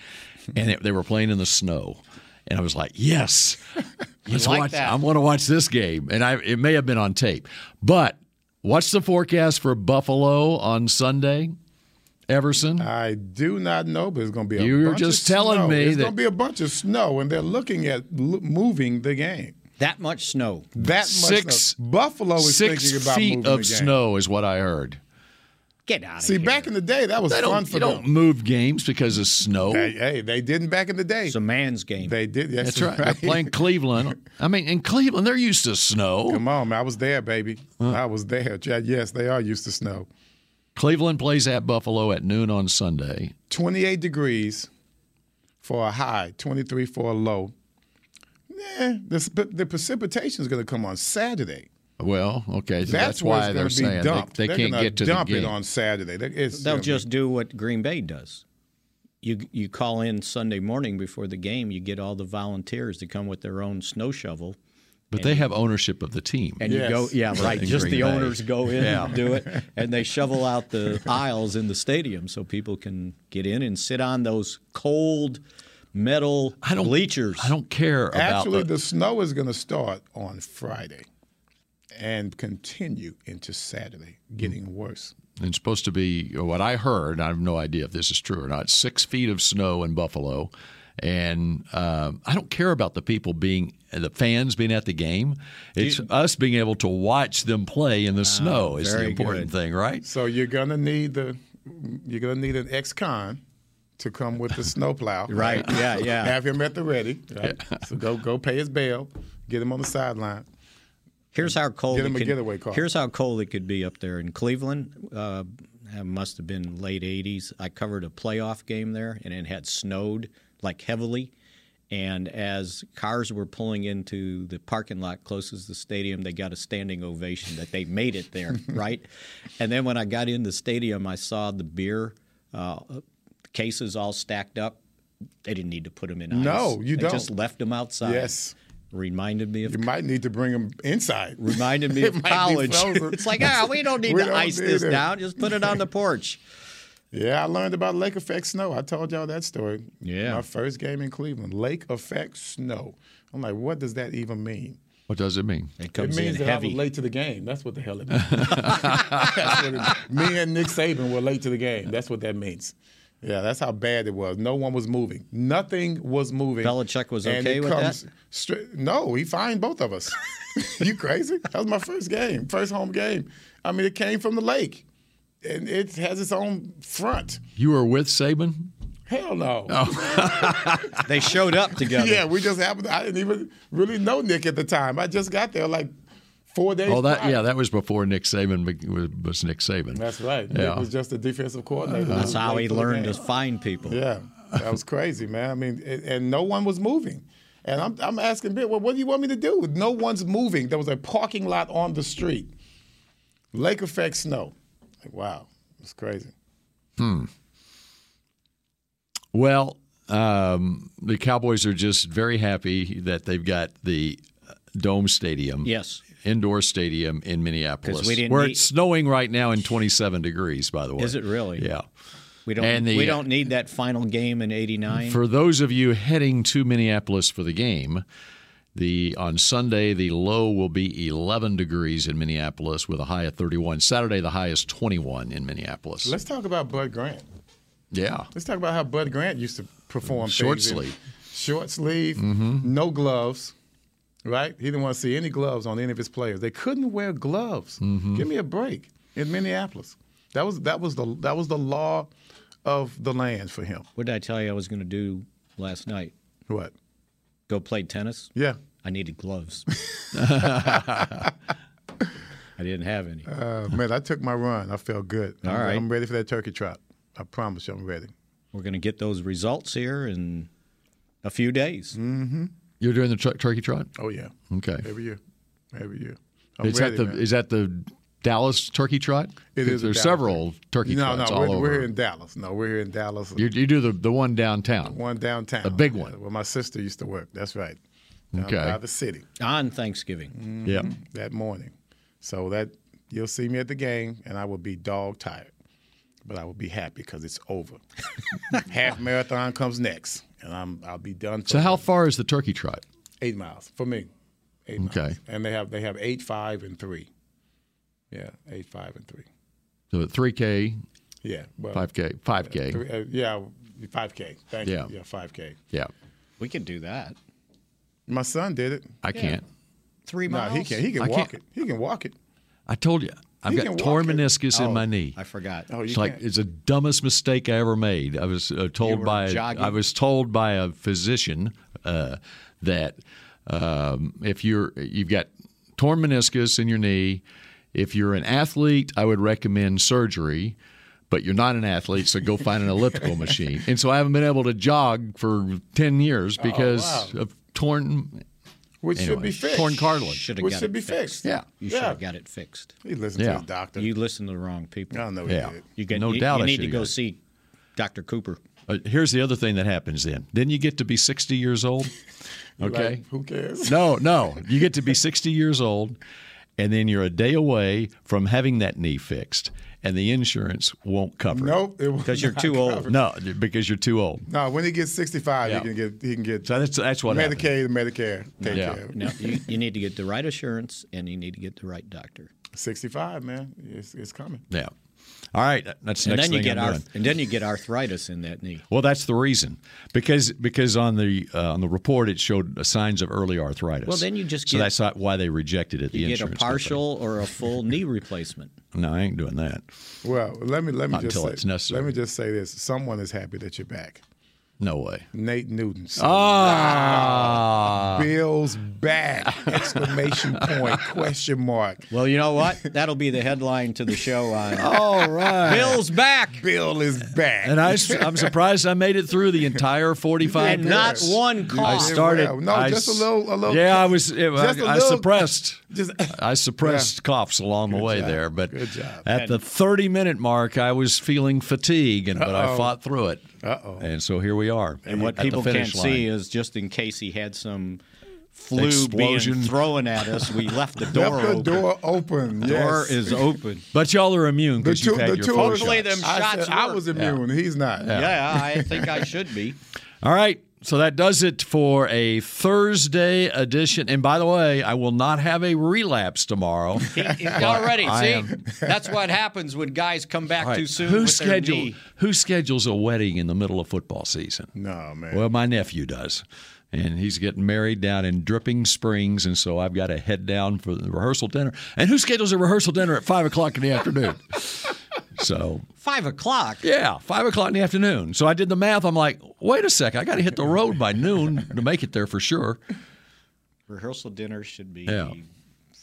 S5: and it, they were playing in the snow, and I was like, "Yes, let's
S3: like
S5: watch.
S3: that.
S5: I want to watch this game." And I, it may have been on tape, but what's the forecast for Buffalo on Sunday? Everson,
S6: I do not know, but it's going to be. A
S5: you were
S6: bunch
S5: just
S6: of
S5: telling
S6: snow.
S5: me
S6: it's
S5: that
S6: going to be a bunch of snow, and they're looking at l- moving the game.
S7: That much snow.
S6: That much
S5: Six-
S6: snow. Buffalo is
S5: six
S6: thinking about
S5: feet
S6: moving
S5: of
S6: the game.
S5: snow is what I heard.
S7: Get out
S6: See, back in the day, that was
S5: They
S6: fun
S5: don't,
S6: for
S5: you
S6: them.
S5: don't move games because of snow.
S6: Hey, hey, they didn't back in the day. It's
S7: a man's game.
S6: They did.
S5: That's
S6: That's,
S5: right. They're playing Cleveland. I mean, in Cleveland, they're used to snow.
S6: Come on, man. I was there, baby. I was there. Yeah, Yes, they are used to snow.
S5: Cleveland plays at Buffalo at noon on Sunday.
S6: 28 degrees for a high, 23 for a low. Nah, this, but the precipitation is going to come on Saturday.
S5: Well, okay, so
S6: That's,
S5: that's,
S6: where
S5: why
S6: it's
S5: they're
S6: going to be
S5: saying they,
S6: dumped.
S5: they
S6: They're
S5: can't
S6: gonna
S5: get to the
S6: dump
S5: game.
S6: it on Saturday. They- It's,
S7: They'll just do what Green Bay does. You you call in Sunday morning before the game. You get all the volunteers to come with their own snow shovel.
S5: but they have ownership of the team.
S7: And you go, yeah, right.
S5: In
S7: Just
S5: Green
S7: the
S5: Bay.
S7: owners go in
S5: Yeah.
S7: and do it, and they shovel out the aisles in the stadium so people can get in and sit on those cold metal bleachers. I
S5: don't care
S6: Actually, the snow is going to start on Friday and continue into Saturday,
S5: Hmm.
S6: getting worse.
S5: It's supposed to be what I heard. I have no idea if this is true or not. Six feet of snow in Buffalo, and um, I don't care about the people being the fans being at the game. It's us being able to watch them play in the snow is the
S6: Ah, very
S5: important thing, right?
S6: So you're gonna need the you're gonna need an ex-con to come with the snowplow.
S7: Right, yeah, yeah.
S6: Have him at the ready. right? So go go pay his bail. Get him on the sideline.
S7: Here's how cold.
S6: Get
S7: it
S6: him a
S7: could-
S6: getaway car.
S7: Here's how cold it could be up there in Cleveland. Uh, it must have been late '80s. I covered a playoff game there, and it had snowed like heavily. And as cars were pulling into the parking lot closest to the stadium, they got a standing ovation that they made it there, right? And then when I got in the stadium, I saw the beer uh, cases all stacked up. They didn't need to put them in
S6: No,
S7: ice.
S6: you
S7: They
S6: don't.
S7: Just left them outside.
S6: Yes.
S7: Reminded me of
S6: You might need to bring him inside.
S7: Reminded me
S6: It might
S7: of
S6: be
S7: college.
S6: frozen.
S7: it's like, ah, we don't need
S6: We
S7: to
S6: don't
S7: ice
S6: need
S7: this
S6: it.
S7: down. Just put it on the porch.
S6: Yeah, I learned about lake effect snow. I told y'all that story.
S7: Yeah.
S6: My first game in Cleveland, lake effect snow. I'm like, what does that even mean?
S5: What does it mean?
S7: It
S6: it means that I was late to the game. That's what the hell it means. That's what it- me and Nick Saban were late to the game. That's what that means. Yeah, that's how bad it was. No one was moving. Nothing was moving.
S7: Belichick was
S6: And
S7: okay
S6: it
S7: with
S6: comes
S7: that?
S6: Straight, no, he fined both of us. you crazy? That was my first game, first home game. I mean, it came from the lake, and it has its own front.
S5: You were with Saban.
S6: Hell no.
S7: They showed up together.
S6: Yeah, we just happened. I didn't even really know Nick at the time. I just got there like four days.
S5: Oh, that
S6: prior.
S5: yeah, that was before Nick Saban be- was, was Nick Saban.
S6: That's right.
S5: Yeah.
S6: Nick was just a defensive coordinator.
S7: That's how he
S6: Late for the
S7: learned to
S6: game.
S7: find people.
S6: Yeah, that was crazy, man. I mean, and, and no one was moving. And I'm, I'm asking Bill, well, what do you want me to do? No one's moving. There was a parking lot on the street. Lake effect snow. Like, wow, it's crazy.
S5: Hmm. Well, um, the Cowboys are just very happy that they've got the uh, dome stadium.
S7: Yes.
S5: Indoor stadium in Minneapolis,
S7: 'Cause we didn't
S5: where
S7: need-
S5: it's snowing right now in 27 degrees. By the way,
S7: Is it really?
S5: Yeah.
S7: We don't.
S5: And the- uh,
S7: we don't need that final game in '89.
S5: For those of you heading to Minneapolis for the game, the on Sunday the low will be 11 degrees in Minneapolis with a high of 31. Saturday the high is 21 in Minneapolis.
S6: Let's talk about Bud Grant.
S5: Yeah.
S6: Let's talk about how Bud Grant used to perform.
S5: Short
S6: things in-
S5: sleeve. Mm-hmm.
S6: Short sleeve, no gloves, right? He didn't want to see any gloves on any of his players. They couldn't wear gloves.
S5: Mm-hmm.
S6: Give me a break. In Minneapolis, that was that was the that was the law of the land for him.
S7: What did I tell you I was going to do last night?
S6: What?
S7: Go play tennis.
S6: Yeah.
S7: I needed gloves. I didn't have any.
S6: Uh, man, I took my run. I felt good.
S7: All
S6: I'm,
S7: right.
S6: I'm ready for that turkey trot. I promise you, I'm ready.
S7: We're going to get those results here in a few days.
S6: Mm-hmm.
S5: You're doing the tr- turkey trot?
S6: Oh yeah.
S5: Okay.
S6: Every year, every year. I'm
S5: Is
S6: ready,
S5: that the
S6: man.
S5: is that the Dallas turkey trot?
S6: It is a
S5: There's
S6: Dallas
S5: several turkey
S6: no,
S5: trots
S6: no,
S5: all
S6: we're,
S5: over.
S6: we're here in Dallas. No, we're here in Dallas.
S5: you, you do the, the one downtown.
S6: One downtown.
S5: The big one.
S6: Where my sister used to work. That's right. Down
S5: Okay.
S6: By the city.
S7: On Thanksgiving.
S6: Mhm,
S5: Yep.
S6: That morning. So that you'll see me at the game, and I will be dog tired, but I will be happy because it's over. Half marathon comes next, and I'm I'll be done. For
S5: So how far is the turkey trot?
S6: Eight miles for me. Eight
S5: Okay.
S6: miles. And they have they have eight, five, and three. Yeah, eight, five, and three.
S5: So 3K,
S6: Yeah, well,
S5: 5K, 5K.
S6: Three, uh, yeah, five k. Thank
S5: Yeah.
S6: you. Yeah, five k.
S5: yeah.
S7: We can do that.
S6: My son did it.
S5: I can't.
S7: Three
S6: No,
S7: miles.
S6: he can. He
S5: I
S6: can
S5: can't-
S6: walk it. He can walk it.
S5: I told you. I've
S6: You
S5: got
S6: can
S5: torn
S6: walk it.
S5: meniscus in
S6: Oh,
S5: my knee.
S7: I forgot.
S6: Oh, you
S5: it's like
S6: can't.
S5: it's the dumbest mistake I ever made. I was uh, told
S7: were
S5: by
S7: jogging?
S5: I was told by a physician uh, that um, if you're you've got torn meniscus in your knee, if you're an athlete, I would recommend surgery. But you're not an athlete, so go find an elliptical machine. And so I haven't been able to jog for ten
S6: Oh,
S5: years because of torn,
S6: Which should
S5: anyway,
S6: be fixed.
S5: torn cartilage.
S7: Should have
S6: Which
S7: got
S6: should
S7: it
S6: be
S7: fixed.
S6: fixed. Yeah.
S7: You
S6: Yeah.
S7: should have got it fixed.
S6: He listened
S5: Yeah.
S6: to the doctor.
S7: You listen to the wrong people.
S6: I know he
S5: Yeah.
S6: did.
S7: You get
S5: No
S7: you,
S5: doubt I
S7: You need to
S5: should've
S7: go
S5: got it.
S7: see Dr. Cooper.
S5: Uh, here's the other thing that happens then. Then you get to be 60 years old.
S6: You're
S5: Okay.
S6: like, who cares?
S5: No, no. You get to be 60 years old, and then you're a day away from having that knee fixed, and the insurance won't cover
S6: Nope. it will
S7: Because you're
S6: not
S7: too old.
S6: cover
S5: it.
S6: it.
S5: No, because you're too old.
S6: No, when he gets 65,
S5: Yeah.
S6: he can get he can get
S5: So that's that's what happened.
S6: Medicaid and Medicare take
S5: Yeah.
S6: care of. it.
S7: No, you, you need to get the right assurance and you need to get the right doctor.
S6: 65, man. It's, it's coming.
S5: Yeah. All right. That's the
S7: and
S5: next
S7: then you
S5: thing
S7: get
S5: I'm
S7: arth-
S5: doing.
S7: and then you get arthritis in that knee.
S5: Well, that's the reason because because on the uh, on the report it showed uh, signs of early arthritis.
S7: Well, then you just
S5: so
S7: get-
S5: that's not why they rejected it. The
S7: You get a
S5: insurance company.
S7: partial or a full knee replacement.
S5: No, I ain't doing that.
S6: Well, let me let me
S5: Not
S6: just
S5: until
S6: say,
S5: it's necessary.
S6: let me just say this. Someone is happy that you're back.
S5: No way.
S6: Nate Newton.
S7: Ah.
S5: Ah.
S6: Bill's back! Exclamation point! Question mark!
S7: Well, you know what? That'll be the headline to the show on
S5: All right.
S7: Bill's back
S6: Bill is back.
S5: And I, am surprised I made it through the entire 45
S7: and not
S5: minutes.
S7: one
S5: I
S7: call.
S6: s-
S5: started.
S6: well. No,
S5: I
S6: just a
S5: s-
S6: little- a little-
S5: Yeah, I was. It,
S6: Just
S5: I,
S6: a
S5: I
S6: little-
S5: suppressed.
S6: Just
S5: I suppressed coughs along the way
S6: job.
S5: there, but
S6: Good job.
S5: at the 30 minute mark, I was feeling fatigue, and but I
S6: Uh-oh.
S5: fought through it.
S6: Uh-oh.
S5: And so here we are.
S7: And what
S5: at the
S7: people can't
S5: finish line.
S7: see is just in case he had some flu
S5: Explosion.
S7: being thrown at us, we left the door
S6: Left the
S7: open.
S6: door open.
S7: The
S6: yes.
S7: door is open.
S5: But y'all are
S6: The
S5: immune because
S6: two,
S5: you've
S6: the
S5: had your
S6: two of
S5: four
S6: us-
S5: shots.
S7: Hopefully them
S6: I said
S7: shots
S6: I
S7: work.
S6: was immune. He's not.
S7: Yeah, I think I should be.
S5: All right. So that does it for a Thursday edition. And by the way, I will not have a relapse tomorrow.
S7: Already,
S5: I
S7: see,
S5: am-
S7: that's what happens when guys come back
S5: All right,
S7: too soon.
S5: Who
S7: with Their
S5: scheduled
S7: knee.
S5: who schedules a wedding in the middle of football season?
S6: No Oh, man.
S5: Well, my nephew does. And he's getting married down in Dripping Springs, and so I've got to head down for the rehearsal dinner. And who schedules a rehearsal dinner at five o'clock in the afternoon? so
S7: Five o'clock.
S5: yeah, five o'clock in the afternoon. So I did the math. I'm like, wait a second, I got to hit the road by noon to make it there for sure.
S7: Rehearsal dinner should be
S5: Yeah.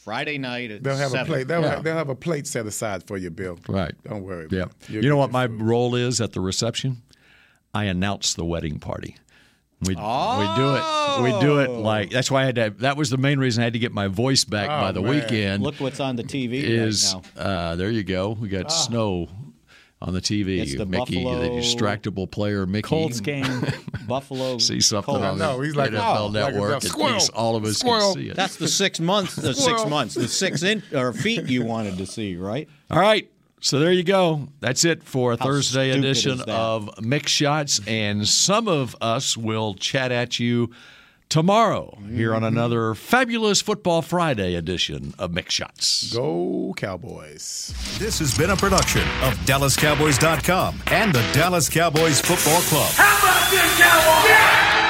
S7: Friday night at
S6: They'll have
S7: seven.
S6: a plate. They'll,
S5: Yeah.
S6: have, they'll have a plate set aside for you, Bill.
S5: Right.
S6: Don't worry.
S5: Yeah.
S6: man. You'll
S5: You know
S6: get
S5: what
S6: your
S5: my
S6: food.
S5: role is at the reception? I announce the wedding party. We, we do it. We do it like that's why I had to. That was the main reason I had to get my voice back
S6: Oh,
S5: by the
S6: man.
S5: weekend.
S7: Look what's on the TV
S5: is
S7: right now.
S5: uh, there you go. We
S6: Ah.
S5: got snow on the TV.
S7: It's the
S5: Mickey, the
S7: Buffalo-
S5: distractible player Mickey.
S14: Colts game.
S7: Buffalo.
S5: See something
S7: Colts.
S5: on
S6: No,
S5: the
S6: he's like,
S5: NFL
S6: oh, like a
S5: Network.
S6: duck.
S5: at
S6: Squirrel.
S5: least all of us
S6: Squirrel.
S5: can see it.
S7: That's the six months. The six
S6: Squirrel.
S7: months. The six in, or feet you wanted to see, right?
S5: All right. So there you go. That's it for a
S7: How
S5: Thursday
S7: stupid
S5: edition
S7: is that?
S5: of Mix Shots. And some of us will chat at you tomorrow here on another fabulous Football Friday edition of Mix Shots.
S6: Go Cowboys.
S1: This has been a production of DallasCowboys.com and the Dallas Cowboys Football Club.
S15: How about this, Cowboys? Yeah!